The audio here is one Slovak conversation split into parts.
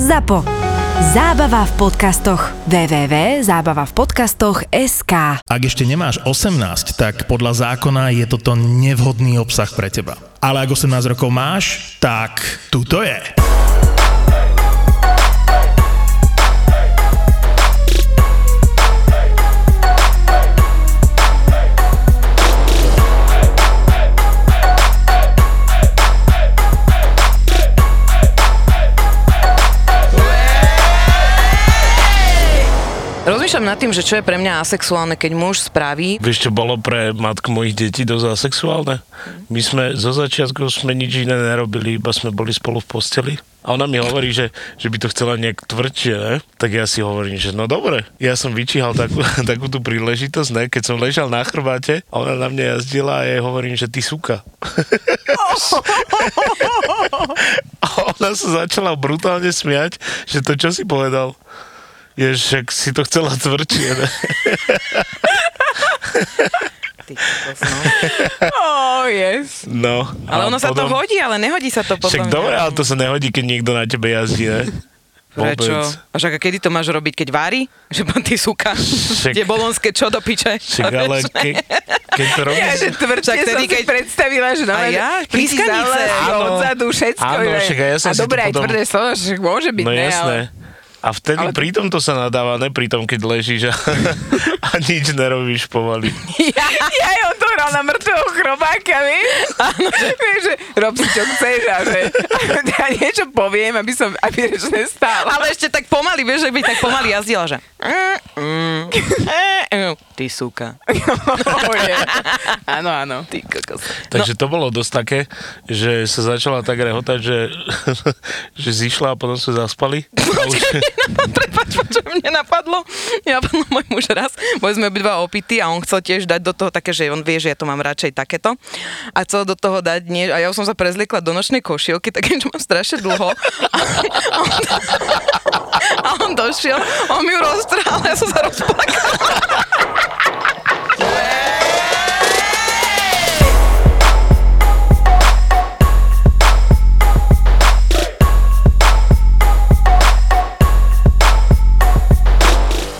ZAPO. Zábava v podcastoch. www.zábavavpodcastoch.sk Ak ešte nemáš 18, tak podľa zákona je toto nevhodný obsah pre teba. Ale ak 18 rokov máš, tak tuto je. Rozmýšľam nad tým, že čo je pre mňa asexuálne, keď muž spraví. Vieš, čo bolo pre matku mojich detí dosť asexuálne? My sme zo začiatku sme nič iné nerobili, iba sme boli spolu v posteli. A ona mi hovorí, že, že by to chcela nejak tvrdšie, ne? Tak ja si hovorím, že no dobre. Ja som vyčíhal takú, takú tú príležitosť, ne? Keď som ležal na chrbáte, a ona na mňa jazdila a ja jej hovorím, že ty suka. a ona sa začala brutálne smiať, že to čo si povedal? Jež, však si to chcela tvrdšie, ne? Ty, kokos, no. oh, yes. No. Ale a ono sa to potom- hodí, ale nehodí sa to potom. Však dobre, ale to sa nehodí, keď niekto na tebe jazdí, ne? Prečo? Vôbec. A však a kedy to máš robiť, keď varí? Že pán ty suka, Však- tie bolonské čo do piče. Však ale ke, keď to robíš... Ja, že tvrdšie Však som vtedy, si keď- predstavila, že no, A ja? Pískanice. Áno. odzadu, všetko. Áno, že- však aj ja som a si to dobré, aj potom- tvrdé slovo, že môže byť, no ne, jasné. ale... A vtedy ale... pri tomto sa nadáva, ne pri tom, keď ležíš a, a nič nerobíš pomaly. Ja, ja je otvoril na mŕtvého chrobáka, vieš? Vieš, že rob si čo chceš a že ja niečo poviem, aby som, aby reč nestála. Ale ešte tak pomaly, vieš, že by tak pomaly jazdila, že... Ty suka. Oh, je. Áno, áno. Ty kokos. Takže to bolo dosť také, že sa začala tak rehotať, že, že zišla a potom sa zaspali. A už, Prepač, čo mne napadlo. Mne napadlo môj muž raz. Boli sme obidva opity a on chcel tiež dať do toho také, že on vie, že ja to mám radšej takéto. A chcel do toho dať nie, a ja už som sa prezliekla do nočnej košielky, také, čo mám strašne dlho. A on, a on došiel, on mi ju roztrhal, ja som sa rozplakala.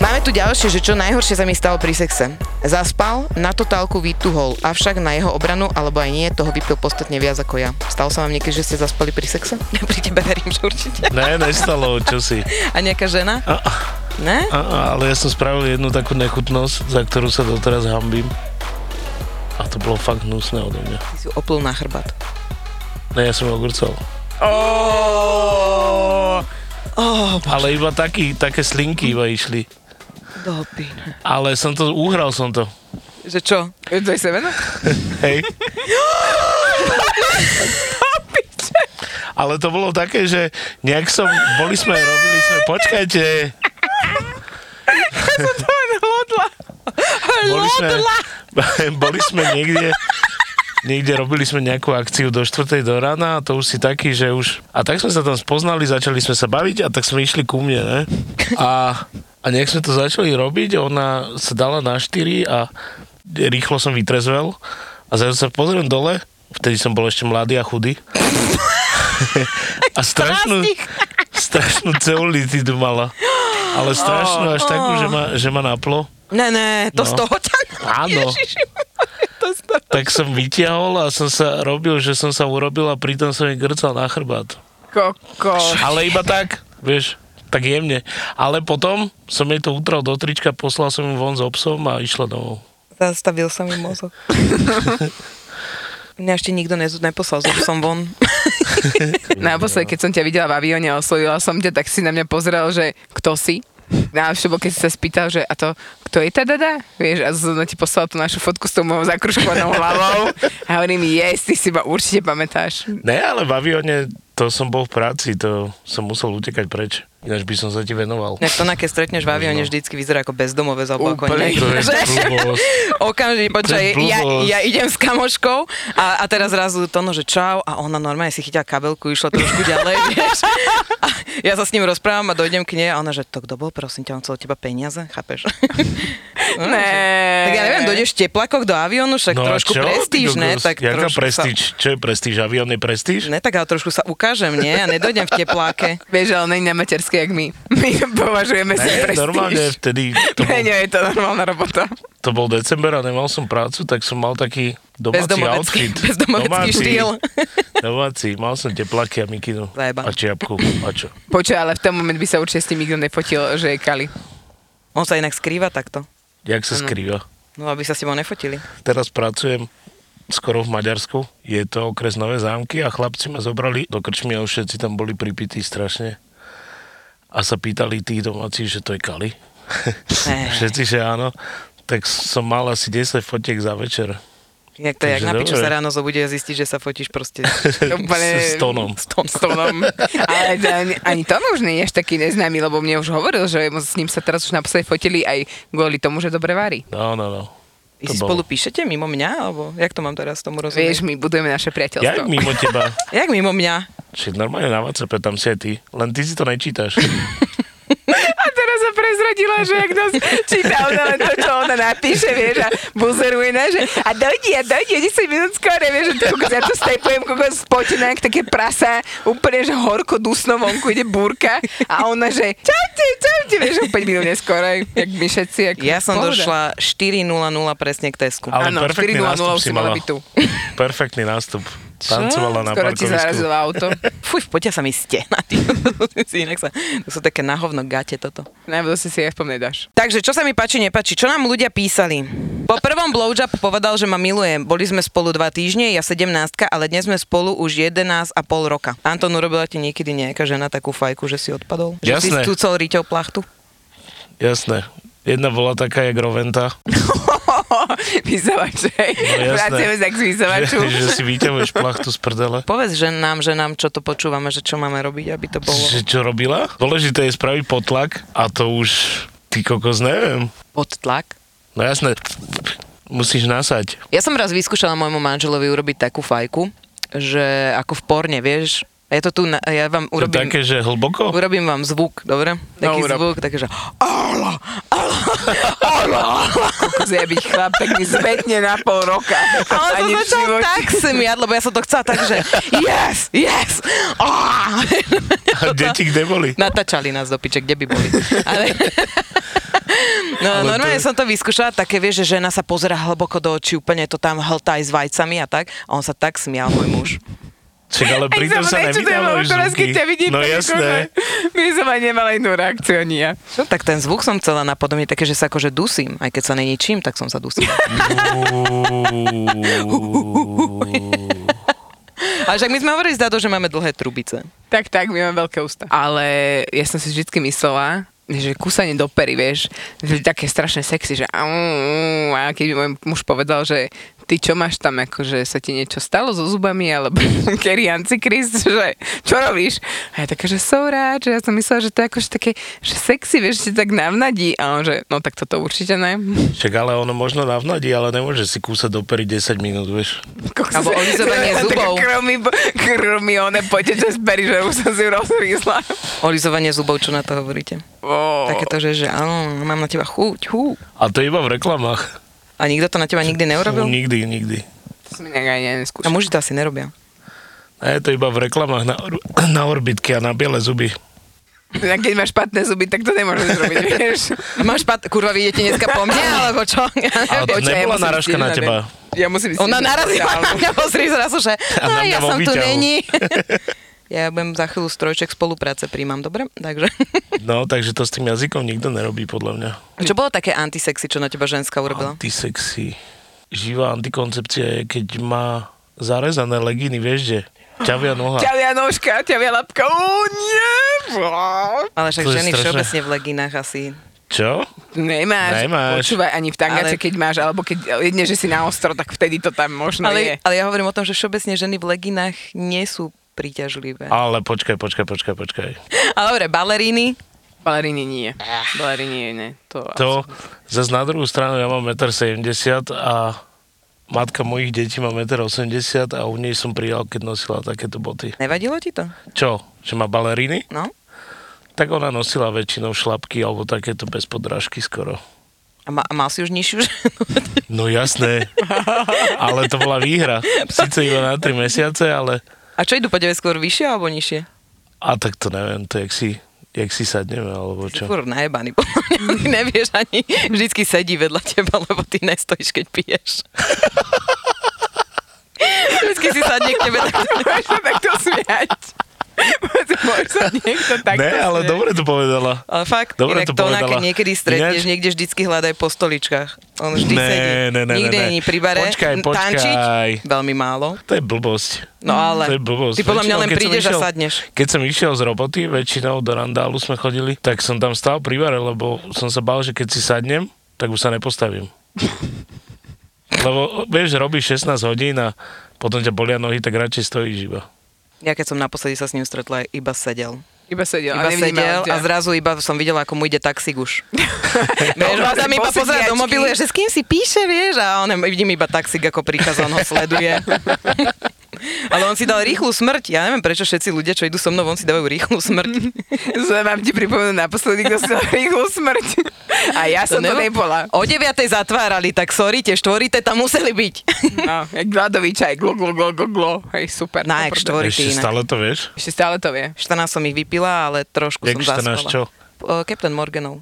Máme tu ďalšie, že čo najhoršie sa mi stalo pri sexe. Zaspal, na totálku vytuhol, avšak na jeho obranu, alebo aj nie, toho vypil podstatne viac ako ja. Stalo sa vám niekedy, že ste zaspali pri sexe? pri tebe verím, že určite. ne, nestalo, čo si. A nejaká žena? A, a, Ne? a, ale ja som spravil jednu takú nechutnosť, za ktorú sa doteraz hambím. A to bolo fakt hnusné odo mňa. Ty si ju oplul na chrbát. Ne, ja som ogurcol. Oh, Ale iba taký, také slinky iba išli. Ale som to, uhral som to. Že čo? Je to je semeno? Hej. Ale to bolo také, že nejak som, boli sme, robili sme, počkajte. Boli sme, boli sme niekde, niekde robili sme nejakú akciu do 4. do rána a to už si taký, že už... A tak sme sa tam spoznali, začali sme sa baviť a tak sme išli ku mne, ne? A, a nech sme to začali robiť, ona sa dala na 4 a rýchlo som vytrezvel a zrazu sa pozriem dole, vtedy som bol ešte mladý a chudý. a strašnú, strašnú ceulitidu mala. Ale strašnú až takú, že ma, že ma naplo. Ne, ne, to No. z toho ťa... Áno. Ježiši, to z toho. tak som vyťahol a som sa robil, že som sa urobil a pritom som jej grcal na chrbát. Kokos. Ale iba tak, vieš, tak jemne. Ale potom som jej to utral do trička, poslal som ju von s obsom a išla domov. Zastavil sa mi mozog. Mňa ešte nikto nez- neposlal, zo som von. Naposledy, No keď som ťa videla v avióne a oslovila som ťa, tak si na mňa pozeral, že kto si? Na všetko, keď si sa spýtal, že a to, kto je tá dada? Vieš, a zna ti poslala tú našu fotku s tou mojou zakruškovanou hlavou. A hovorím, yes, ty si ma určite pamätáš. Ne, ale v avióne to som bol v práci, to som musel utekať preč. Ináč by som sa ti venoval. Inak to, na keď stretneš v avióne, vždycky vyzerá ako bezdomové z Úplne. No. To je blbosť. Okamžite, počkaj, To je ja, blbosť. ja idem s kamoškou a, a teraz zrazu to no, že čau a ona normálne si chytila kabelku, išla trošku ďalej, vieš. A ja sa s ním rozprávam a dojdem k nej a ona, že to kto bol, prosím ťa, on chcel od teba peniaze, chápeš? No, Ne. že- Tak ja neviem, dojdeš v teplákoch do aviónu, však No a trošku čo, ty prestíž, ne? kokos? Tak Jaká trošku prestíž? Čo je prestíž? Avión je prestíž? Sa, ne, tak ale trošku sa ukážem, nie? Ja nedojdem v tepláke. Vieš, ale není na materskej, jak my. My považujeme sa Ne, prestíž. normálne vtedy to bol, Pre ňo je to normálna robota. to bol december a nemal som prácu, tak som mal taký domáci Bezdomovecký- outfit. bezdomovecký štýl. Domáci, mal som teplaky a mikinu. Zajeba. A čiapku. A čo? Počuj, ale v tom moment by sa určite s tým nikto nefotil, že je Kali. On sa inak skrýva takto. Jak sa skrýva? No, aby sa s tebou nefotili. Teraz pracujem skoro v Maďarsku. Je to okres Nové zámky a chlapci ma zobrali do krčmy a už všetci tam boli pripití strašne. A sa pýtali tých domácich, že to je Kali. Ne. Všetci, že áno. Tak som mal asi 10 fotiek za večer. Jak to je, jak Takže na piču dobre. sa ráno zobudia a zistiť, že sa fotíš proste S Úplne... tónom. s tom. S Tónom. Ale to ani, ani Tom už nie je až taký neznámy, lebo mne už hovoril, že mu- s ním sa teraz už naposledy fotili aj kvôli tomu, že dobre varí. No, no, no. Vy To si bolo. spolu píšete mimo mňa? Alebo jak to mám teraz tomu Vieš, rozumieť? my budujeme naše Ja aj priateľstvo. mimo teba. Jak mimo mňa? Však normálne na WhatsApp, tam si aj ty. Len ty si to nečítaš. A teraz sa prezradila, že ak nás číta ona len to, čo ona napíše, vieš, a buzeruje nás, že a dojdi, a dojdi, o 10 minút skore, vieš, že kokos, ja tu stepujem, kokos, spotená, jak také prasa, úplne, že horko, dusno, vonku ide búrka a ona, že čaute, čaute, vieš, o 5 minút neskôr, aj, jak my všetci, jak Ja som pohoda. došla 4.00 presne k Tesku. Ale Áno, perfektný 4.00 nástup už si si mala mala. byť tu. Perfektný nástup. Tancovala na Skoro ti parkovisku. zarazilo auto. Fuj, poďa sa mi stehna. ty. Si Inak sa, to sú také nahovno gate toto. Najbudúce si aj v tom nedáš. Takže, čo sa mi páči, nepačí, čo nám ľudia písali? Po prvom blowjob povedal, že ma miluje. Boli sme spolu dva týždne, ja 17, ale dnes sme spolu už 11 a pol roka. Anton, urobila ti niekedy nejaká žena takú fajku, že si odpadol? Že si Jasné. stúcol ryťou plachtu? Jasné. Jedna bola taká, jak Roventa. Vyzavačej. No jasné. Vraceme sa k vyzavaču. Že, že si vyťahuješ plachtu z prdele. Povedz že nám, že nám, čo to počúvame, že čo máme robiť, aby to bolo Že čo robila? Dôležité je spraviť potlak a to už ty kokos neviem. pod tlak. No jasné, musíš nasať. Ja som raz vyskúšala môjmu manželovi urobiť takú fajku, že ako v porne, vieš, je to tu, na, ja vám To je urobím, také, že hlboko? urobím vám zvuk, dobre? No, Taký urob. zvuk, takže Allah, Allah, Allah. Kozia byť chlap, tak mi zbetne na pol roka. A on sa Ani v začal živote. tak smiať, lebo ja som to chcela tak, že yes, yes, ah. A deti kde boli? No. Natáčali nás do piče, kde by boli. Ale... No, Ale to Ale normálne je- som to vyskúšala, také vieš, že žena sa pozera hlboko do očí, úplne to tam hltá aj s vajcami a tak. A on sa tak smial, môj muž. Čak, ale Ani pritom som sa nečudujem, lebo nevydávali teraz, keď zvuky. ťa vidím, No tak jasné. akože My som aj nemala inú reakciu, ani ja. Čo, tak ten zvuk som chcela napodobniť, také, že sa akože dusím. Aj keď sa není čím, tak som sa dusila. Ale však my sme hovorili s Dado, že máme dlhé trubice. Tak, tak, my máme veľké ústa. Ale ja som si vždycky myslela, že kúsanie do pery, vieš, že také strašne sexy, že au, au, a keď by môj muž povedal, že ty čo máš tam, akože sa ti niečo stalo so zubami, alebo Kerry Antikrist, že čo robíš? A ja taká, že som rád, že ja som myslela, že to je akože také, že sexy, vieš, že ti tak navnadí. A on že, no tak toto určite ne. Čak, ale ono možno navnadí, ale nemôže si kúsať do pery 10 minút, vieš. Kokos. Alebo olizovanie Taká zubov. Kromí, kromí, one poteče z pery, že už som si ju rozhryzla. Olizovanie zubov, čo na to hovoríte? Oh. Takéto, že, že áno, mám na teba chuť, hú. A to iba v reklamách. A nikto to na teba nikdy neurobil? Nikdy, nikdy. To som nejak aj A neskúšala. muži to asi nerobia. A je to iba v reklamách na, or- na orbitky a na biele zuby. Teda keď máš špatné zuby, tak to nemôžeš robiť, vieš. Máš pat, kurva, vy idete dneska po mne, alebo čo? Ale to Počkaj, ja nebola musím náražka ísť na jeden teba. deň. Ja musím ísť Ona jeden deň narazila na na mňa, pozri zrazu, že A na a mňa ja vo som tu výťahu." není. Ja budem za chvíľu strojček spolupráce príjmam, dobre? Takže. No, takže to s tým jazykom nikto nerobí, podľa mňa. Čo bolo také antisexy, čo na teba ženská urobila? Antisexy. Živá antikoncepcia je, keď má zarezané legíny, vieš, že ťavia noha. Ťavia nožka, ťavia labka, ó nie! Ale však To je ženy strašné. všeobecne v leginách asi. Čo? Nemáš, Nemáš. počúvaj ani v tangače, Ale- keď máš, alebo keď jedne, že si na ostro, tak vtedy to tam možno je. Ale, ale ja hovorím o tom, že všeobecne ženy v leginách nie sú príťažlivé. Ale počkaj, počkaj, počkaj, počkaj. Ale dobre, baleríny, Baleríny nie. Baleríny nie. To, To, zase na druhú stranu, ja mám 1,70 m a matka mojich detí má 1,80 m a u nej som prijal, keď nosila takéto boty. nevadilo ti to? Čo? Že má baleríny? No? Tak ona nosila väčšinou šlapky alebo takéto bez podrážky skoro. A, ma, a mal si už nižšiu ženu? No jasné, ale to bola výhra. Sice iba na 3 mesiace, ale... A čo idú po tebe skôr vyššie alebo nižšie? A tak to neviem, to jak si, jak si sadneme, alebo Čo? čo. Skôr najebaný, podľa mňa ty nevieš ani, vždycky sedí vedľa teba, lebo ty nestojíš, keď piješ. Vždycky si sadne k tebe tak Môžeš sa takto smiať. Môžeš sa niekto takto Ne, ale smiať. dobre to povedala. Ale fakt, Dobre inak to to ona, povedala. keď niekedy stretneš, Ináč- niekde vždycky hľadaj po stoličkách. On vždy Ne, sedí. ne, ne, Nikde ne, ne. není pri bare. Počkaj, N- Tančiť? počkaj. Veľmi málo. To je blbosť. No ale, To je blbosť. ty podľa mňa Väčšinou, len keď som prídeš a išiel- sadneš. Keď som išiel z roboty, väčšinou do randálu sme chodili, tak som tam stál pri bare, lebo som sa bál, že keď si sadnem, tak už sa nepostavím. Lebo vieš, robíš 16 hodín a potom ťa bolia nohy, tak radšej stojíš iba. Ja keď som naposledy sa s ním stretla, iba sedel. Iba sedel Iba a sedel nevnímal a zrazu iba som videla, ako mu ide taxík už. vieš, on vlastne tam iba pozerá do posediačky. mobilu, že s kým si píše, vieš, a on, vidím iba taxík ako príkaz, on ho sleduje. Ale on si dal rýchlu smrť. Ja neviem, prečo všetci ľudia, čo idú so mnou, on si dávajú rýchlu smrť. Zle mám ti pripomenúť naposledy, kto sa rýchlo smrť. A ja som to nebo- nebola. O 9. zatvárali, tak sorry, tie štvorité tam museli byť. No, jak ľadový čaj, glo, glo, glo, glo, glo. Hej, super. Na to jak prdel. štvor- Hovorí Ešte ty inak. stále to vieš? Ešte stále to vie. 14 som ich vypila, ale trošku Jak som 14 zaspala. čo? O, Captain Morganov.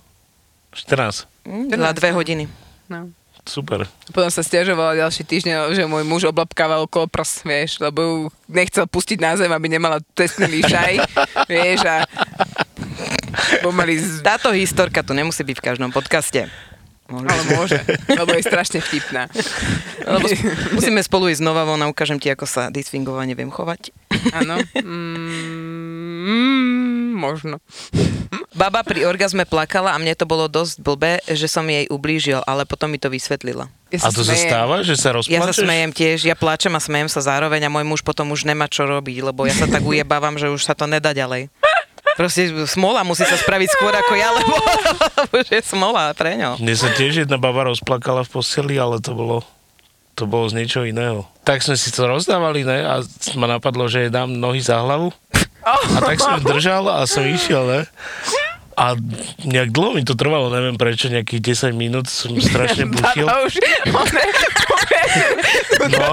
14. Hm, Za dve hodiny. No. Super. Potom sa stiažovala ďalší týždeň, že môj muž oblapkával okolo prs, vieš, lebo ju nechcel pustiť na zem, aby nemala testný výšaj, vieš, a pomaly z... Táto historka tu nemusí byť v každom podcaste. Mohli Ale sme- môže, lebo je strašne vtipná. Lebo s- musíme spolu ísť znova von a ukážem ti, ako sa disfingovanie viem chovať. Áno. Mm, možno. Baba pri orgazme plakala a mne to bolo dosť blbé, že som jej ublížil, ale potom mi to vysvetlila. Ja A to sa smejem. stáva, že sa rozplačeš? Ja sa smejem tiež, ja pláčem a smejem sa zároveň a môj muž potom už nemá čo robiť, lebo ja sa tak ujebávam, že už sa to nedá ďalej. Proste smola musí sa spraviť skôr ako ja, lebo, lebo už je smola pre ňo. Mne sa tiež jedna baba rozplakala v posteli, ale to bolo, to bolo z niečo iného. Tak sme si to rozdávali, ne? A ma napadlo, že jej dám nohy za hlavu. A tak som ju držal a som išiel, ne? A nejak dlho mi to trvalo, neviem prečo, nejakých 10 minút som strašne bušil. Baba už, ona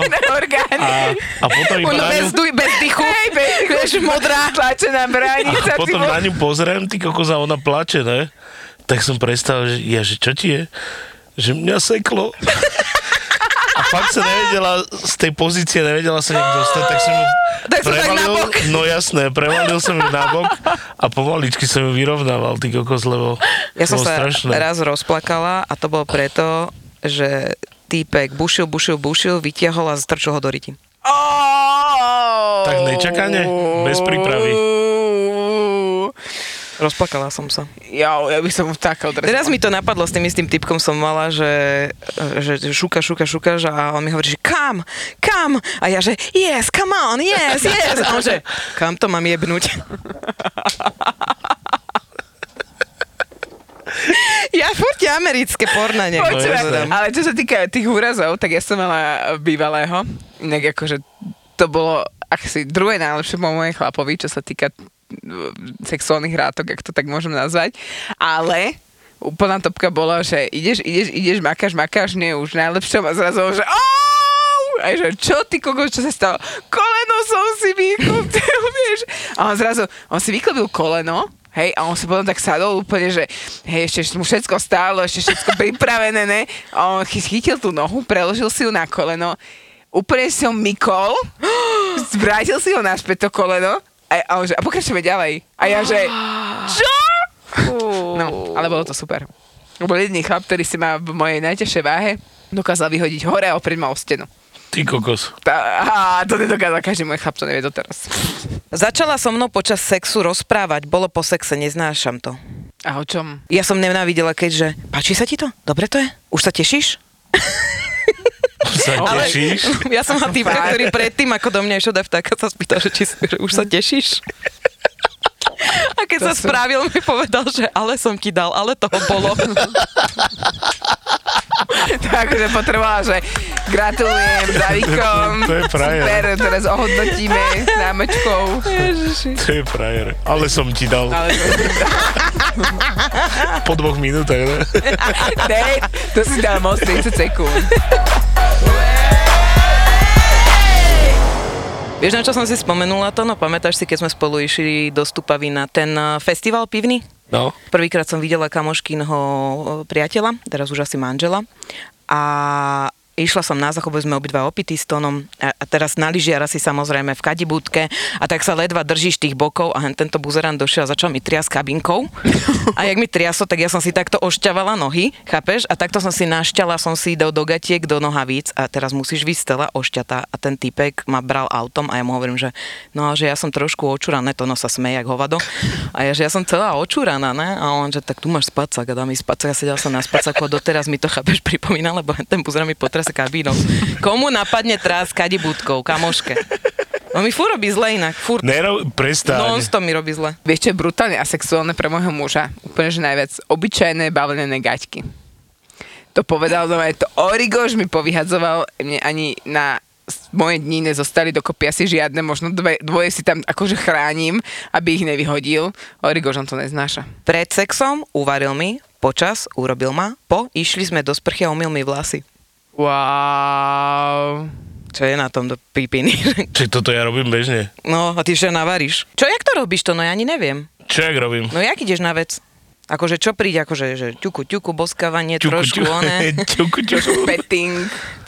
na orgány. No. no, A, a potom iba On na ňu, bez, duj, bez dychu, Hej, baby, vieš, modrá tlačená a bránica. ty potom vole. na ňu pozriem, ty kokos a ona plače, ne? Tak som prestal, že ja, že čo ti je? Že mňa seklo. A fakt sa nevedela, z tej pozície nevedela sa nejak dostať, tak som ju Tak som tak na bok. no jasné, prevalil som ju na bok a pomaličky som ju vyrovnával, ty kokos, lebo Ja som bolo sa strašné. raz rozplakala a to bolo preto, že týpek bušil, bušil, bušil, vytiahol a strčil ho do riti. Tak nečakane, bez prípravy. Rozplakala som sa. Jo, ja by som takal dres. Teraz mi to napadlo s tým istým typkom som mala, že, že šuka, šuka, šuka, že a on mi hovorí, že kam, kam? A ja, že yes, come on, yes, yes. A on, že kam to mám jebnúť? Ja furt tie americké porna Počúvaj, No jasné. nepozerám. ale čo sa týka tých úrazov, tak ja som mala bývalého, inak akože to bolo asi druhé najlepšie po mojej chlapovi, čo sa týka mm, sexuálnych hrátok, ak to tak môžem nazvať, ale úplná topka bola, že ideš, ideš, ideš, makáš, makáš, nie už najlepšom a zrazu, že "Au!" a že čo ty kokos, čo sa stalo? Koleno som si vyklopil, vieš. A on zrazu, on si vyklopil koleno, hej, a on sa potom tak sadol úplne, že hej, ešte mu všetko stálo, ešte všetko pripravené, ne? A on chy- chytil tú nohu, preložil si ju na koleno, úplne si ho mykol, zvrátil si ho naspäť to koleno a, a on že, a pokračujeme ďalej. A ja že, čo? No, ale bolo to super. Bol jediný chlap, ktorý si ma v mojej najťažšej váhe dokázal vyhodiť hore a oprieť ma o stenu. Ty kokos. Tá, a to nedokázal každý môj chlap, to nevie doteraz. Začala so mnou počas sexu rozprávať, bolo po sexe, neznášam to. A o čom? Ja som nenávidela, keďže, páči sa ti to? Dobre to je? Už sa tešíš? sa Ale tešíš. ja som na týpka, Fakt? ktorý predtým, ako do mňa išiel Davtáka, sa spýtal, že, či, že už sa tešíš. A keď To sa sú- spravil, mi povedal, že ale som ti dal, ale toho bolo. To akože potrebovala, že gratulujem Davikom. To je frajer. Super, teraz ohodnotíme námečkou. To je frajer. Ale som ti dal Ale po dvoch minútach. Ne? ne, to si dal moc 30 sekúnd. Vieš, na čo som si spomenula to? No pamätáš si, keď sme spolu išli do Stupavy na ten eh, festival pivný? No. Prvýkrát som videla kamoškinho eh, priateľa, teraz už asi manžela. A išla som na záchod, boli sme obidva opití s tónom a, a teraz na lyžiara si samozrejme v kadibúdke a tak sa ledva držíš tých bokov a hen tento buzerán došiel a začal mi triasť kabinkou. A jak mi triaslo, tak ja som si takto ošťavala nohy, chápeš? A takto som si našťala, som si do, do gatiek, do nohavíc a teraz musíš vysť celá ošťatá a ten typek ma bral autom a ja mu hovorím, že no a že ja som trošku očurané, to no sa smeje jak hovado. A ja, že ja som celá očuraná, ne? A on, že tak tu máš spacák a dá mi spacák a sedel som na spacáku a doteraz mi to chápeš pripomína, lebo ten buzera mi potrase kabínou. Komu napadne trás kadi budkou, kamoške? No mi furt robí zle inak, furt. Nero, Non prestaň. stop mi robí zle. Vieš, čo je brutálne asexuálne pre môjho muža? Úplne, že najviac. Obyčajné bavlnené gaťky. To povedal doma, to Origoš mi povyhadzoval, mne ani na s- moje dni nezostali dokopy asi žiadne, možno dve, dvoje si tam akože chránim, aby ich nevyhodil. Origoš on to neznáša. Pred sexom uvaril mi, počas urobil ma, po išli sme do sprchy a umil mi vlasy. Wow. Čo je na tom do pipiny? Čiže toto ja robím bežne. No a ty že navaríš. Čo, jak to robíš to? No ja ani neviem. Čo jak robím? No jak ideš na vec? Akože čo príde, akože že ťuku, ťuku, boskávanie, trošku one, ťuku, ťuku. Petting.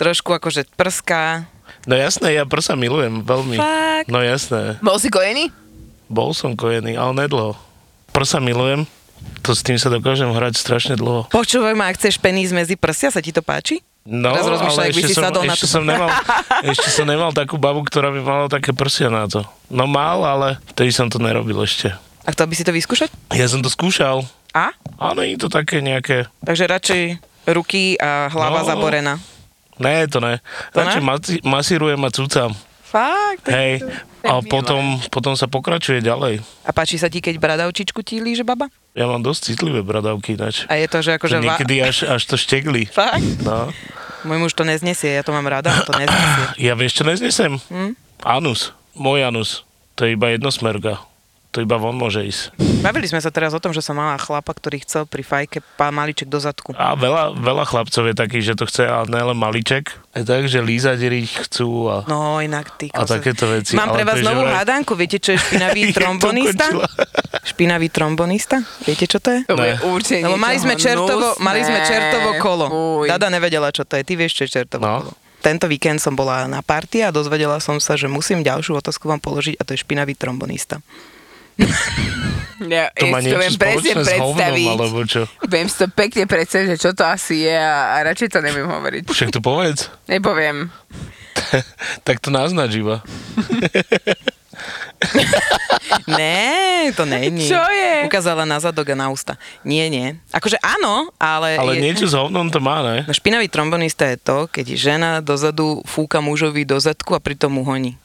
trošku akože prská. No jasné, ja prsa milujem veľmi. Fakt? No jasné, Bol si kojený? bol som kojený, ale nedlho. Prsa milujem, to s tým sa dokážem hrať strašne dlho. Počúvaj ma, ak chceš peníz medzi prsia, sa ti to páči? No, Teraz rozmýšľaj, ale ak by ešte si som, sadol na ešte, tú- som nemal, ešte som nemal takú babu, ktorá by mala také prsia na to. No mal, ale vtedy som to nerobil ešte. A chcel by si to vyskúšať? Ja som to skúšal, A? ale nie je to také nejaké... Takže radšej ruky a hlava No. zaborená. Ne, to ne. To ne? Radšej masi- masírujem a cucam. Fakt? Hej. A potom, potom sa pokračuje ďalej. A páči sa ti, keď bradavčičku ti líže baba? Ja mám dosť citlivé bradavky ináč. A je to, že akože... Že niekedy až, až to štegli. Va... Fakt? No. Môj muž to neznesie, ja to mám rada, on to neznesie. Ja vieš, čo neznesem? Hm? Anus. Môj anus. To je iba jednosmerga. To iba von môže ísť. Bavili sme sa teraz o tom, že som mala chlapa, ktorý chcel pri fajke pá maliček do zadku. A veľa, veľa chlapcov je takých, že to chce, ale nelen maliček. Je tak, že lízať ich chcú a... No, inak ty. A kokos. takéto veci, Mám ale pre to vás je, že novú vraj- hádanku, viete, čo je špinavý Jak to trombonista? končila? Špinavý trombonista? Viete, čo to je? To bude Ne. určite Lebo mali sme, niečoho čertovo, mali sme hnusné. čertovo kolo. Fuj. Dada nevedela, čo to je. Ty vieš, čo je čertovo No. kolo. Tento víkend som bola na party a dozvedela som sa, že musím ďalšiu otázku vám položiť a to je špinavý trombonista. Ja, To má ja si to viem niečo presne spoločné s hovnom, predstaviť. alebo čo? Viem si to pekne predstaviť, že čo to asi je a, a radšej to neviem hovoriť. Však to povedz. Nepoviem. tak to naznač iba. Ne, to není. Čo je? Ukázala na zadok a na ústa. Nie, nie. Akože áno, ale... Ale je- niečo s hovnom to má, ne? No špinavý trombonista je to, keď žena dozadu fúka mužovi do zadku a pritom mu honí.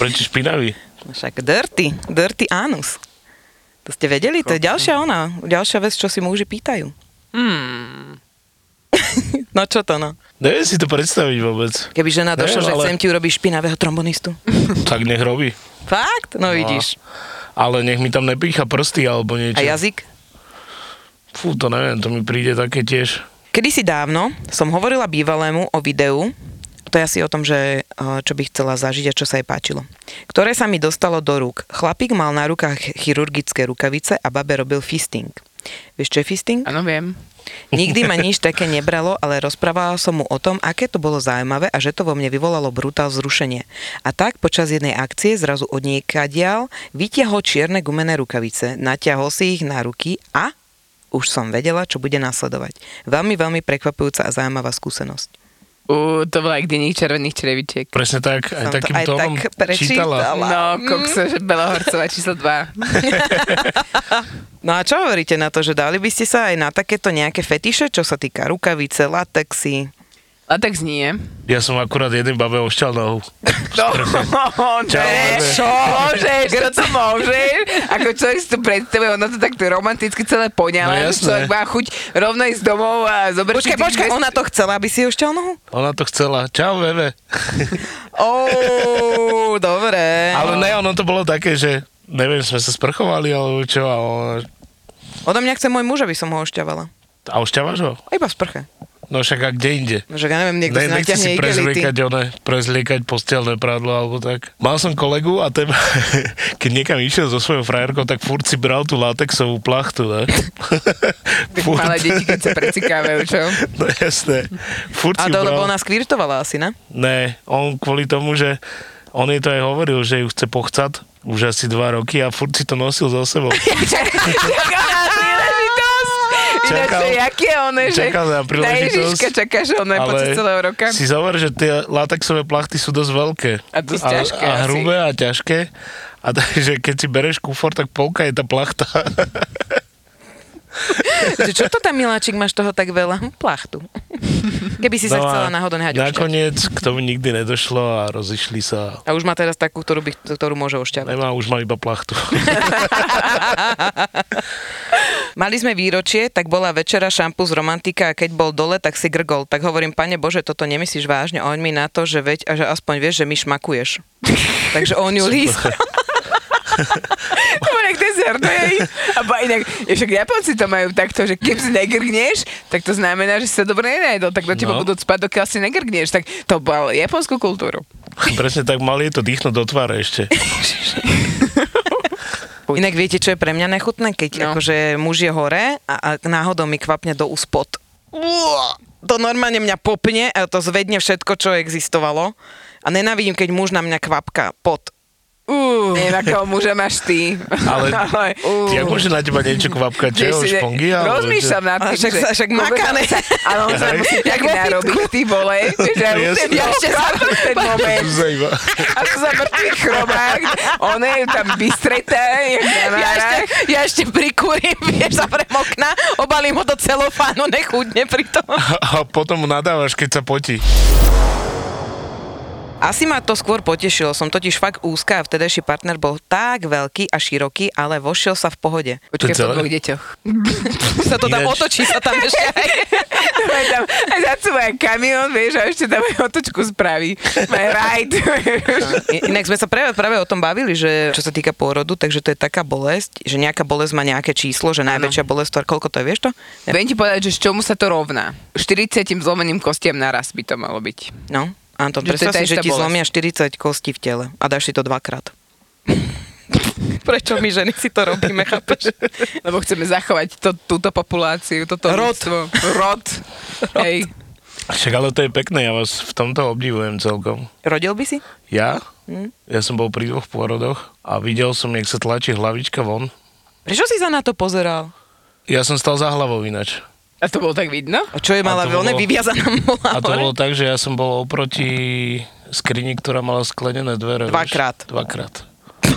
Prečo špinavý? No Však dirty, dirty anus. To ste vedeli? To je ďalšia ona, ďalšia vec, čo si muži pýtajú. Hmm. no čo to no? Neviem si to predstaviť vôbec. Keby žena došla, Ne, že ale- chcem ti urobiť špinavého trombonistu. Tak nech robí. Fakt? No, vidíš. Ale nech mi tam nepícha prsty alebo niečo. A jazyk? Fú, to neviem, to mi príde také tiež. Kedysi dávno som hovorila bývalému o videu, to je asi o tom, že eh, čo by chcela zažiť a čo sa jej páčilo. Ktoré sa mi dostalo do rúk. Chlapík mal na rukách chirurgické rukavice a babe robil fisting. Vieš, čo je fisting? Áno, viem. Nikdy ma nič také nebralo, ale rozprávala som mu o tom, aké to bolo zaujímavé a že to vo mne vyvolalo brutál zrušenie. A tak počas jednej akcie zrazu od dial vytiahol čierne gumené rukavice, natiahol si ich na ruky a už som vedela, čo bude následovať. Veľmi, veľmi prekvapujúca a zaujímavá skúsenosť. U, to bola jak denník červených črevičiek. Presne tak, Som aj to takým aj tónom tak čítala. prečítala. No, kokso, že Belohorcová číslo 2. No a čo hovoríte na to, že dali by ste sa aj na takéto nejaké fetiše, čo sa týka rukavice, latexy? Latex nie. Ja som akurát jeden babe ošťal nohu. No, ne, Čau, čo? Môžeš, čo to môžeš? Ako človek si to predstavuje, ono to takto romanticky celé poňala. No No, jasné. človek má chuť rovno ísť domov a zobrať Počkaj, si tých počkaj, dve- ona to chcela, aby si ju šťal nohu? Ona to chcela. Čau, bebe. Oh, dobre. Ale ne, ono to bolo také, že neviem, sme sa sprchovali alebo čo a, ona, Odo mňa chce môj muž, aby som ho ošťavala. a ošťavaš ho? A Iba v sprche. No však a kde inde? No, Že ja neviem, niekto si Ne, nechci natiahne si igelity. prezliekať, one, prezliekať postelné prádlo alebo tak. Mal som kolegu a ten, keď niekam išiel so svojou frajerkou, tak furt si bral tú latexovú plachtu, ne? Furt. Malé deti, keď sa precikávajú, čo? No jasné. Furt A si to, bral. lebo ona skvirtovala asi, ne? Ne, on kvôli tomu, že on jej to aj hovoril, že ju chce pochcať už asi dva roky a furt si to nosil so sebou. Čaká na príležitosť! Ináč, Čakal- že jaký je ono, že čakal na tá príležitosť, Ježiška čaká, že ono je počas celého roka. si zover, že tie latexové plachty sú dosť veľké. A dosť ťažké A, asi. hrubé a ťažké. A takže keď si bereš kufor, tak polka je tá plachta. Že čo to tam, miláčik, máš toho tak veľa? Hm, Plachtu. Keby si sa No a chcela náhodou nehať ošťať. Nakoniec k tomu nikdy nedošlo a rozišli sa. A už má teraz takú, ktorú, by, ktorú môže ošťavať. Nemá, už má iba plachtu. Mali sme výročie, tak bola večera šampu z romantika a keď bol dole, tak si grgol. Tak hovorím, pane Bože, toto nemyslíš vážne. A on mi na to, že veď, a že aspoň vieš, že mi šmakuješ. Takže on ju líz. To bude dezert, to je ich. A ba inak, je však Japonci to majú takto, že keď si negrgneš, tak to znamená, že si sa dobre nenajedol, tak do teba No. no. budú spať, dokiaľ si negrgneš. Tak to bol japonskú kultúru. Presne tak, mali je to dýchnuť do tváre ešte. Chuť. Inak viete, čo je pre mňa nechutné, keď no. No. akože muž je hore a, a náhodou mi kvapne do úspod. Uá, To normálne mňa popne a to zvedne všetko, čo existovalo. A nenávidím, keď muž na mňa kvapka pot. Uh. Neviem, akého muža máš ty. Ale- Ty, ak môže na teba niečo kvapkať, čo je Vieš už si, ne- pongy? alebo čo? Rozmýšľam nad Ale tým, však sa- však maká, ne? Ale on sa Hej. musí tak Jak vo narobiť, ty vole, že ja už Jasné. ten, ja ešte zvládam ten moment. Zuzaj iba. A to za mŕtvý chrobák, on je tam vystretá, je Ja ešte, ja ešte prikúrim, vieš, zavrem okna, obalím ho do celofánu, nechudne pri tom. A potom mu nadávaš, keď sa potí. Asi ma to skôr potešilo, som totiž fakt úzka a vtedajší partner bol tak veľký a široký, ale vošiel sa v pohode. To Počkaj, po celé? dvoch deťoch. Sa to tam Ináč- otočí, sa tam ešte aj... Má tam aj zacúva kamión, vieš, a ešte tam aj otočku spraví. Má ride. I- Inak sme sa práve, práve o tom bavili, že čo sa týka pôrodu, takže to je taká bolesť, že nejaká bolesť má nejaké číslo, že najväčšia bolesť, to- koľko to je, vieš to? Viem ti povedať, že z čomu sa to rovná. 40 zlomeným kostiam naraz by to malo byť. No, Anton, Že to je predstav tá si, že istá ti bolesť. zlomia 40 kostí v tele a dáš si to dvakrát. Prečo my ženy si to robíme, chápeš? Lebo chceme zachovať to, túto populáciu, toto Rod. ľudstvo. Rod. Hej. Však ale to je pekné, ja vás v tomto obdivujem celkom. Rodil by si? Ja? Hm? Ja som bol pri dvoch pôrodoch a videl som, jak sa tlačí hlavička von. Prečo si sa na to pozeral? Ja som stal za hlavou ináč. A to bolo tak vidno? A čo je A mala to veľmi bolo- vyviazaná bola? A to hore? bolo tak, že ja som bol oproti skrini, ktorá mala sklenené dvere. vieš. Dvakrát. Dvakrát.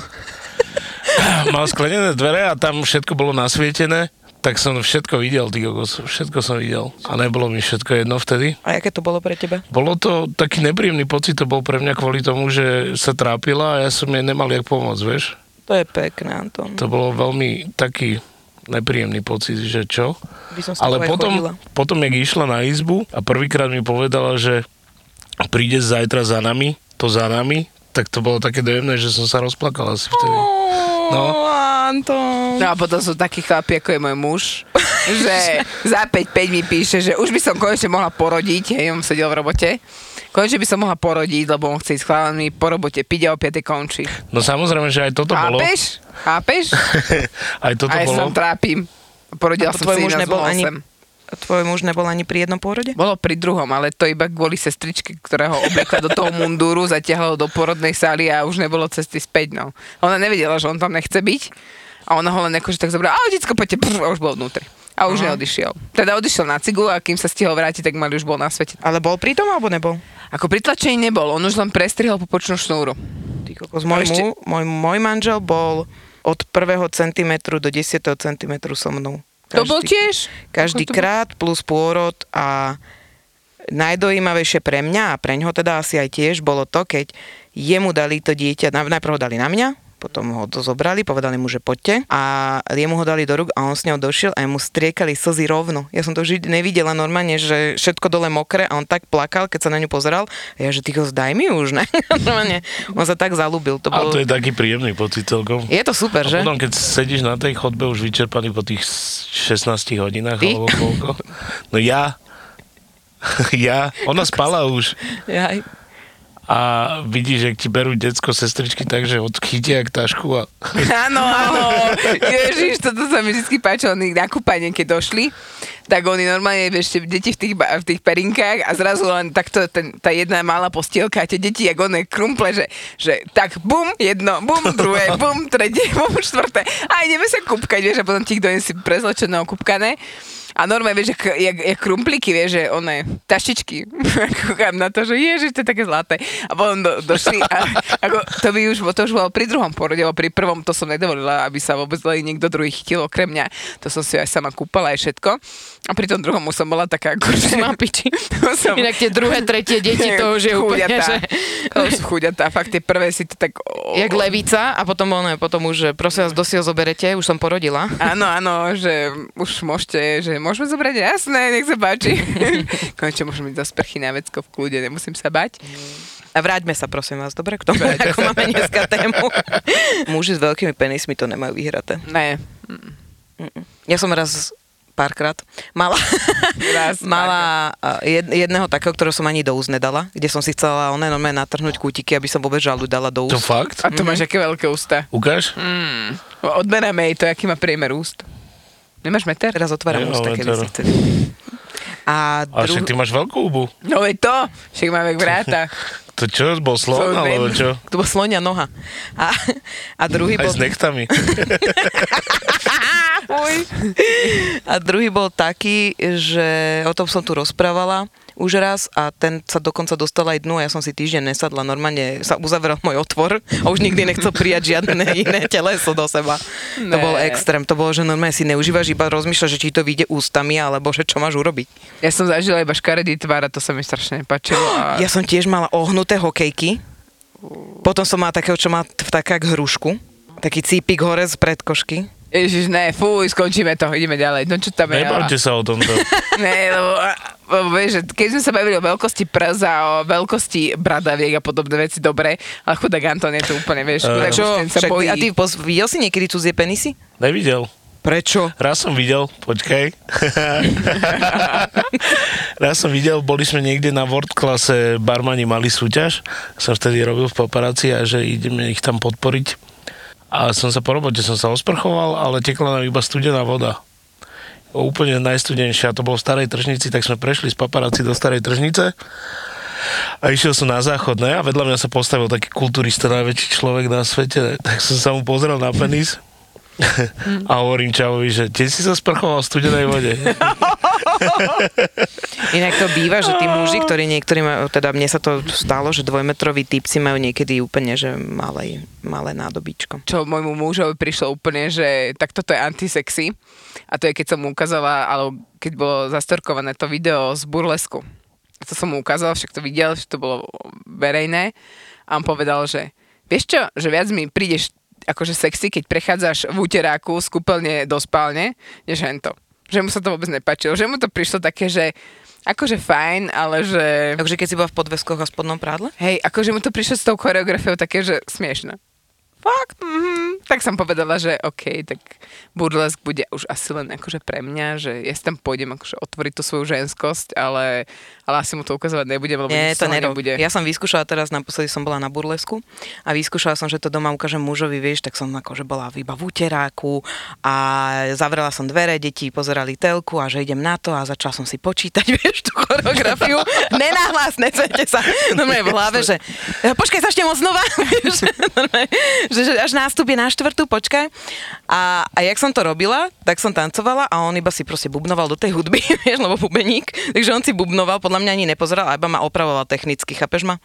Mal sklenené dvere a tam všetko bolo nasvietené, tak som všetko videl, ty kokos, všetko som videl. A nebolo mi všetko jedno vtedy. A aké to bolo pre teba? Bolo to taký nepríjemný pocit, to bol pre mňa kvôli tomu, že sa trápila a ja som jej nemal jak pomôcť, vieš. To je pekné, Anton. To bolo veľmi taký nepríjemný pocit, že čo. By som s Ale tebou aj chodila. potom, potom, jak išla na izbu a prvýkrát mi povedala, že príde zajtra za nami, to za nami, tak to bolo také dojemné, že som sa rozplakal asi vtedy. Ó, No. Anton. No a potom sú takí chlapi, ako je môj muž, že za 5-5 mi píše, že už by som konečne mohla porodiť, hej, on sedel v robote, konečne by som mohla porodiť, lebo on chce ísť s chalanmi po robote piť a o 5 končí. No samozrejme, že aj toto bolo. Chápeš? Chápeš? aj toto A ja sa bolo. tam trápim. Porodila A to som tvoj si muž ináč nebol bol ani- 8. A Tvoj muž nebol ani pri jednom pôrode? Bolo pri druhom, ale to iba kvôli sestričke, ktorá ho obliekla do toho mundúru, zatiahla ho do porodnej sály a už nebolo cesty späť. No. Ona nevedela, že on tam nechce byť a ona ho len akože tak zobrala, ale detsko, poďte, prf, a už bolo vnútri. a už neodišiel. Teda odišiel na cigu a kým sa stihol vrátiť, tak Mali už bol na svete. Ale bol pri tom, alebo nebol? Ako pritlačený nebol, on už len prestrihol popočnú šnúru. Ty kokos, môj, ešte- mu, môj, môj manžel bol od prvého centimetru do 10 centimetru so mnou. To bol tiež? Každý Ako to bol? krát plus pôrod a najdojímavejšie pre mňa a pre ňoho teda asi aj tiež bolo to, keď jemu dali to dieťa, na- najprv ho dali na mňa, potom ho to zobrali, povedali mu, že poďte a jemu ho dali do rúk a on s ňou došiel a mu striekali slzy rovno. Ja som to vždy nevidela normálne, že všetko dole mokré a on tak plakal, keď sa na ňu pozeral. A ja, že ty ho zdaj mi už, ne? Normálne, on sa tak zalúbil. To A bolo... to je taký príjemný pocit celkom. je to super, A že? potom, keď sedíš na tej chodbe už vyčerpaný po tých 16 hodinách, Ty? alebo koľko, no ja, ja, ona spala už Jaj. a vidíš, že ti berú decko sestričky tak, že odchytia k tašku a Áno, áno. Ježiš, toto sa mi vždy páčilo. Oni na kúpanie, keď došli, tak oni normálne ešte deti v tých, ba- v tých perinkách a zrazu len takto ten, tá jedna malá postielka a tie deti, jak one krumple, že, že tak bum, jedno, bum, druhé, bum, tretie, bum, štvrté. A ideme sa kúpkať, vieš, a potom ti kto si prezlečené okúpkané. A normálne, vieš, jak, jak, jak krumpliky, vieš, že one, taštičky. Kúkam na to, že ježiš, to je také zlaté. A potom do, došli a ako, to by už, to už bolo pri druhom porode, lebo pri prvom to som nedovolila, aby sa vôbec len niekto druhý chytil okrem mňa. To som si aj sama kúpala aj všetko. A pri tom druhom už som bola taká ako, že... Na piči. To som- Inak tie druhé, tretie deti, to už je úplne, Chuďatá. že... To už sú chuďatá, fakt tie prvé si to tak... o- Jak levica a potom ono, potom už, že prosím vás, dosť ho zoberete, už som porodila. Áno, áno, že už môžete, že môžeme zobrať, jasné, nech sa páči. Konečne môžeme ísť do sprchy na vecko v kľude, nemusím sa bať. A vráťme sa, prosím vás, dobre k tomu, ako máme dneska tému. Muži s veľkými penismi to nemajú vyhraté. Ne, Ja som raz párkrát mala, Raz, mala a, jed, jedného takého, ktorého som ani do úst nedala, kde som si chcela oné normálne natrhnúť kútiky, aby som vôbec žalu dala do to úst. fakt? a to máš aké veľké ústa. Ukáž? Odmeráme jej to, aký má priemer úst. Nemáš meter? Teraz otváram Jo, ústa, ale keby to- si chceli. A, A dru- však ty máš veľkú ubu. No veď to, však máme jak vráta. To čo, bol slon, Slon, alebo viem. čo? to bola slonia noha. A, a druhý Aj bol... s nechtami. A druhý bol taký, že o tom som tu rozprávala už raz a ten sa dokonca dostal aj dnu a ja som si týždeň nesadla, normálne sa uzavrel môj otvor a už nikdy nechcel prijať žiadne iné teleso do seba. Ne. To Ne. bol extrém, to bolo, že normálne si neužívaš, iba rozmýšľaš, že či to vyjde ústami alebo že čo máš urobiť. Ja som zažila iba škaredý tvár a to sa mi strašne nepáčilo. A... Ja som tiež mala ohnuté hokejky, potom som mala takého, čo má vtáka k hrušku, taký cípik hore z predkošky. Ježiš, ne, fuj, skončíme to, ideme ďalej. No čo tam je? Nebavte sa o tomto. Ne, lebo, lebo vieš, že keď sme sa bavili o veľkosti prsa, o veľkosti bradaviek a podobné veci, dobre, ale chudák Anton je to úplne, vieš, chudák, Čo? už ten sa Však, bojí. a ty pos- videl si niekedy cudzie penisy? Nevidel. Prečo? Raz som videl, počkaj. Raz som videl, boli sme niekde na World klase, barmani mali súťaž, som vtedy robil v paparáci a že ideme ich tam podporiť. A som sa po robote som sa osprchoval, ale tekla nám iba studená voda. Úplne najstudenšia, to bolo v starej tržnici, tak sme prešli z paparáci do starej tržnice a išiel som na záchodné a vedľa mňa sa postavil taký kulturista, najväčší človek na svete, ne? tak som sa mu pozrel na penis Mm. a hovorím Čavovi, že tiež si sa sprchoval v studenej vode. Inak to býva, že tí muži, ktorí niektorí majú, teda mne sa to stalo, že dvojmetroví typci majú niekedy úplne, že malé, malé nádobičko. čo môjmu mužovi prišlo úplne, že tak toto je antisexy. A to je, keď som mu ukázala, alebo keď bolo zastorkované to video z burlesku. To som mu ukázala, však to videl, že to bolo verejné. A on povedal, že vieš čo, že viac mi prídeš akože sexy, keď prechádzaš v úteráku z kúpeľne do spálne, než hento. Že mu sa to vôbec nepačilo. Že mu to prišlo také, že akože fajn, ale že... Takže keď si bola v podveskoch a spodnom prádle? Hej, akože mu to prišlo s tou choreografiou také, že smiešne. Fakt? Mm, tak som povedala, že OK, tak burlesk bude už asi len akože pre mňa, že ja si tam pôjdem akože otvoriť tú svoju ženskosť, ale, ale asi mu to ukazovať nebudem, lebo Nie, nič to z toho nerob. nebude. Ja som vyskúšala teraz, naposledy som bola na burlesku a vyskúšala som, že to doma ukážem mužovi, vieš, tak som akože bola iba v úteráku a zavrela som dvere, deti pozerali telku a že idem na to a začala som si počítať, vieš, tú choreografiu. Nenáhlas, necete sa. No, Normálne v hlave, že e, počkaj, začnem od znova. Vieš, normálne, že, že až nástup je na štvrtú, počkaj. A, a jak som to robila, tak som tancovala a on iba si proste bubnoval do tej hudby, vieš, lebo bubeník. Takže on si bubnoval, podľa mňa ani nepozeral a iba ma opravoval technicky, chápeš ma?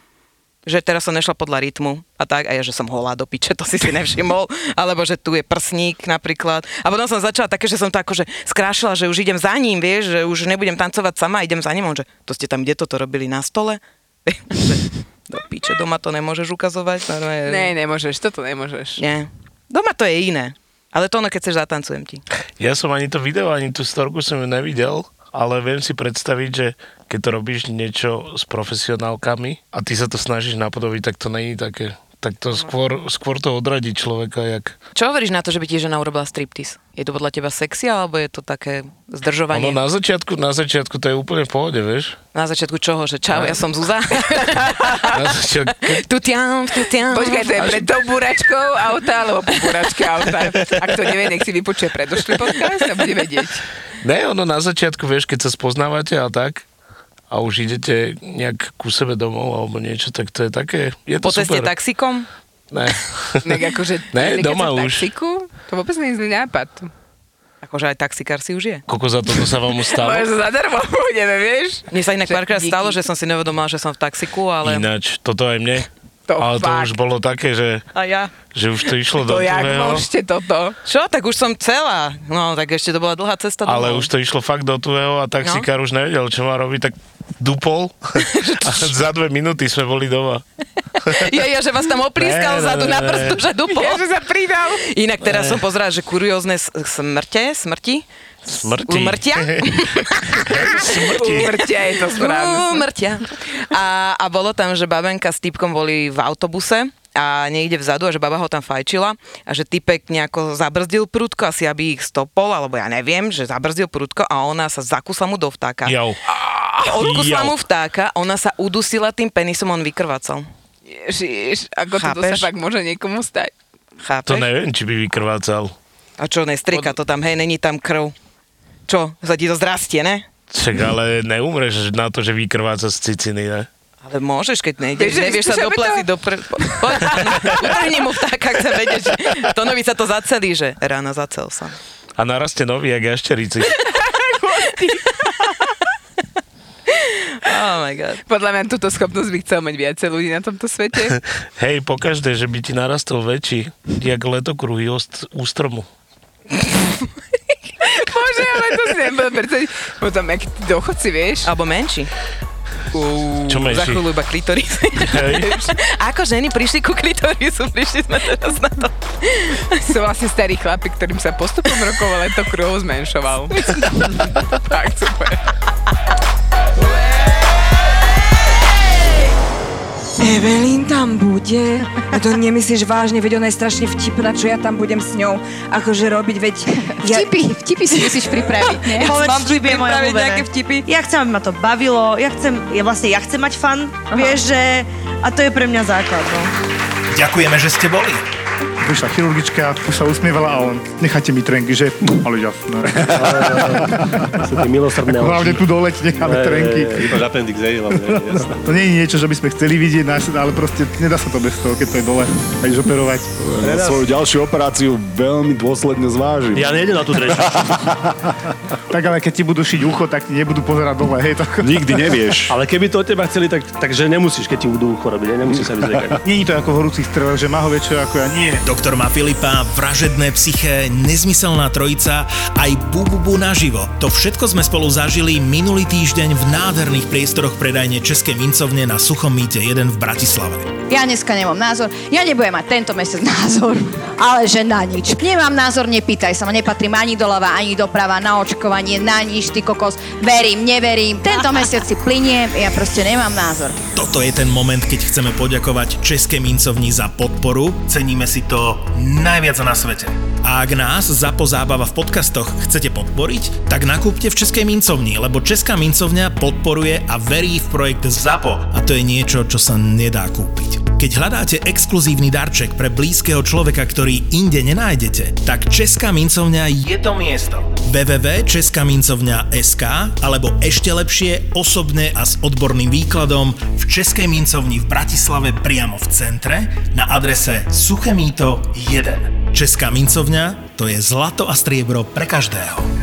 že teraz som nešla podľa rytmu a tak, a ja, že som holá do piče, to si si nevšimol, alebo že tu je prsník napríklad. A potom som začala také, že som to akože skrášila, že už idem za ním, vieš, že už nebudem tancovať sama, idem za ním, on že to ste tam kde toto robili na stole? Že do piče, doma to nemôžeš ukazovať. normálne, že- Ne, nemôžeš, toto nemôžeš. Nie. Doma to je iné. Ale to ono, keď chceš, zatancujem ti. Ja som ani to video, ani tú storku som ju nevidel, ale viem si predstaviť, že keď to robíš niečo s profesionálkami a ty sa to snažíš napodobiť, tak to není také. Tak to skôr, skôr to odradí človeka, jak... Čo hovoríš na to, že by ti žena urobila striptease? Je to podľa teba sexy, alebo je to také Ono zdržovanie? na začiatku, na začiatku to je úplne v pohode, vieš? Na začiatku čoho? Že čau, ja som Zuzá. Na začiatku, tu tiam, tu tiam. Počkaj, to je pred tou buračkou auta, alebo po buračke auta. Ak to nevie, nech si vypočuje predošlý podcast a bude vedieť. Ne, ono na začiatku, vieš, keď sa spoznávate a tak, a už idete nejak ku sebe domov alebo niečo, tak to je také, je Po to ceste super. taxikom? Ne. Inak akože, Ne, inak keď doma som v už. Taxiku, to vôbec nie je zlý nápad. Akože aj taxikár si už je. Koko za toto sa vám stalo? Môže sa zadarmo pôjdeme, vieš? Mne sa inak Že párkrát díky. stalo, že som si nevedomala, že som v taxiku, ale... Ináč, toto aj mne. To ale to fakt. už bolo také, že, A ja? že už to išlo do To jak tuhého. môžete toto? Čo? Tak už som celá. No, tak ešte to bola dlhá cesta domov. Ale už to išlo fakt do tuhého a No. taxikár už nevedel, čo má robiť, tak dupol a za dve minúty sme boli doma. Ja, ja, že vás tam Ne, oplískal ne, zadu ne, na ne. prstu, že dupo. Ja, že sa pridal. Inak teraz som pozerala, že kuriózne s- smrte, smrti, Smrti. Umrtia? Smrti. Umrtia je to správne. Úmrtia. A, a bolo tam, že babenka s typkom boli v autobuse a niekde vzadu a že baba ho tam fajčila a že typek nejako zabrzdil prúdko, asi aby ich stopol, alebo ja neviem, že zabrzdil prúdko a ona sa zakusla mu do vtáka. Jau. Odkusla mu jau. vtáka, ona sa udusila tým penisom, on vykrvácal. Ježiš, ako toto sa Chápeš? fakt môže niekomu stať. To Chápeš? neviem, či by vykrvácal. A čo, nestrika to tam, hej, není tam krv. Čo, sa ti to zrastie, ne? Čak, ale neumreš na to, že vykrváca z ciciny, ne? Ale môžeš, keď nejdeš, Vieš, že nevieš sa vyskúšame doplaziť to? do pr... po- Poď, áno, utrhni mu vtáka, chcem vedieť, že Tonovi sa to zacelí, že rána zacel som. A narastie nový, jak jašterici. Oh my god. Podľa mňa túto schopnosť by chcel mať viacej ľudí na tomto svete. Hej, pokaždé, že by ti narastol väčší, jak letokruhy ost, u stromu. Bože, ale to si nebudem predstaviť. Potom, ak tí dochodci, vieš, Alebo menší. Uú, Čo menší? Za chvíľu iba klitoris. Hej. Ako ženy prišli ku klitorisu, prišli sme teraz na to. sú vlastne starí chlapi, ktorým sa postupom rokov ale to kruhu zmenšoval. Fakt super. Evelyn tam bude? A to nemyslíš vážne, veď ona je strašne vtipná, čo ja tam budem s ňou akože robiť, veď... Ja... Vtipy, vtipy si musíš pripraviť, nie? Povedz, Mám- vtipy je moje pripraviť obľúbené. nejaké Ja chcem, aby ma to bavilo, ja chcem, ja vlastne ja chcem mať fan, vieš, že... A to je pre mňa základ, no. Ďakujeme, že ste boli. Vyšla chirurgička, už sa usmievala a on, necháte mi trenky, že? A ľudia, ne. Sú tie milosrdné Hlavne tu dole ti necháme trenky. Iba appendix, hej, hlavne, jasné. To nie je niečo, že by sme chceli vidieť, nás- ale proste nedá sa to bez toho, keď to je dole. A ideš operovať. Svoju ďalšiu operáciu veľmi dôsledne zvážim. Ja nejdem na tú dreč. Tak ale keď ti budú šiť ucho, tak ti nebudú pozerať dole, hej, to... Nikdy nevieš. Ale keby to od teba chceli, tak, takže nemusíš, keď ti budú ucho robiť, hej, nemusíš sa vyzriekať. Není to ako horúcich strel, že má ho väčšie ako ja. Nie. Doktor má Filipa, vražedné psyché, nezmyselná trojica, aj bububu naživo. To všetko sme spolu zažili minulý týždeň v nádherných priestoroch predajne Českej mincovne na Suchom mýte 1 v Bratislave. Ja dneska nemám názor, ja nebudem mať tento mesiac názor, ale že na nič. Nemám názor, nepýtaj sa ma, nepatrím ani doľava, ani doprava, na očkovanie, na nič, ty kokos, verím, neverím, tento mesiac si plyniem, ja proste nemám názor. Toto je ten moment, keď chceme poďakovať Českej mincovni za podporu. Ceníme si to najviac na svete. A ak nás za pozábava v podcastoch chcete podporiť, tak nakúpte v Českej mincovni, lebo Česká mincovňa podporuje a verí v projekt ZAPO. A to je niečo, čo sa nedá kúpiť. Keď hľadáte exkluzívny darček pre blízkeho človeka, ktorý inde nenájdete, tak Česká mincovňa je to miesto. www.českamincovňa.sk alebo ešte lepšie osobne a s odborným výkladom v Českej mincovni v Bratislave priamo v centre na adrese Suchemíto 1. Česká mincovňa to je zlato a striebro pre každého.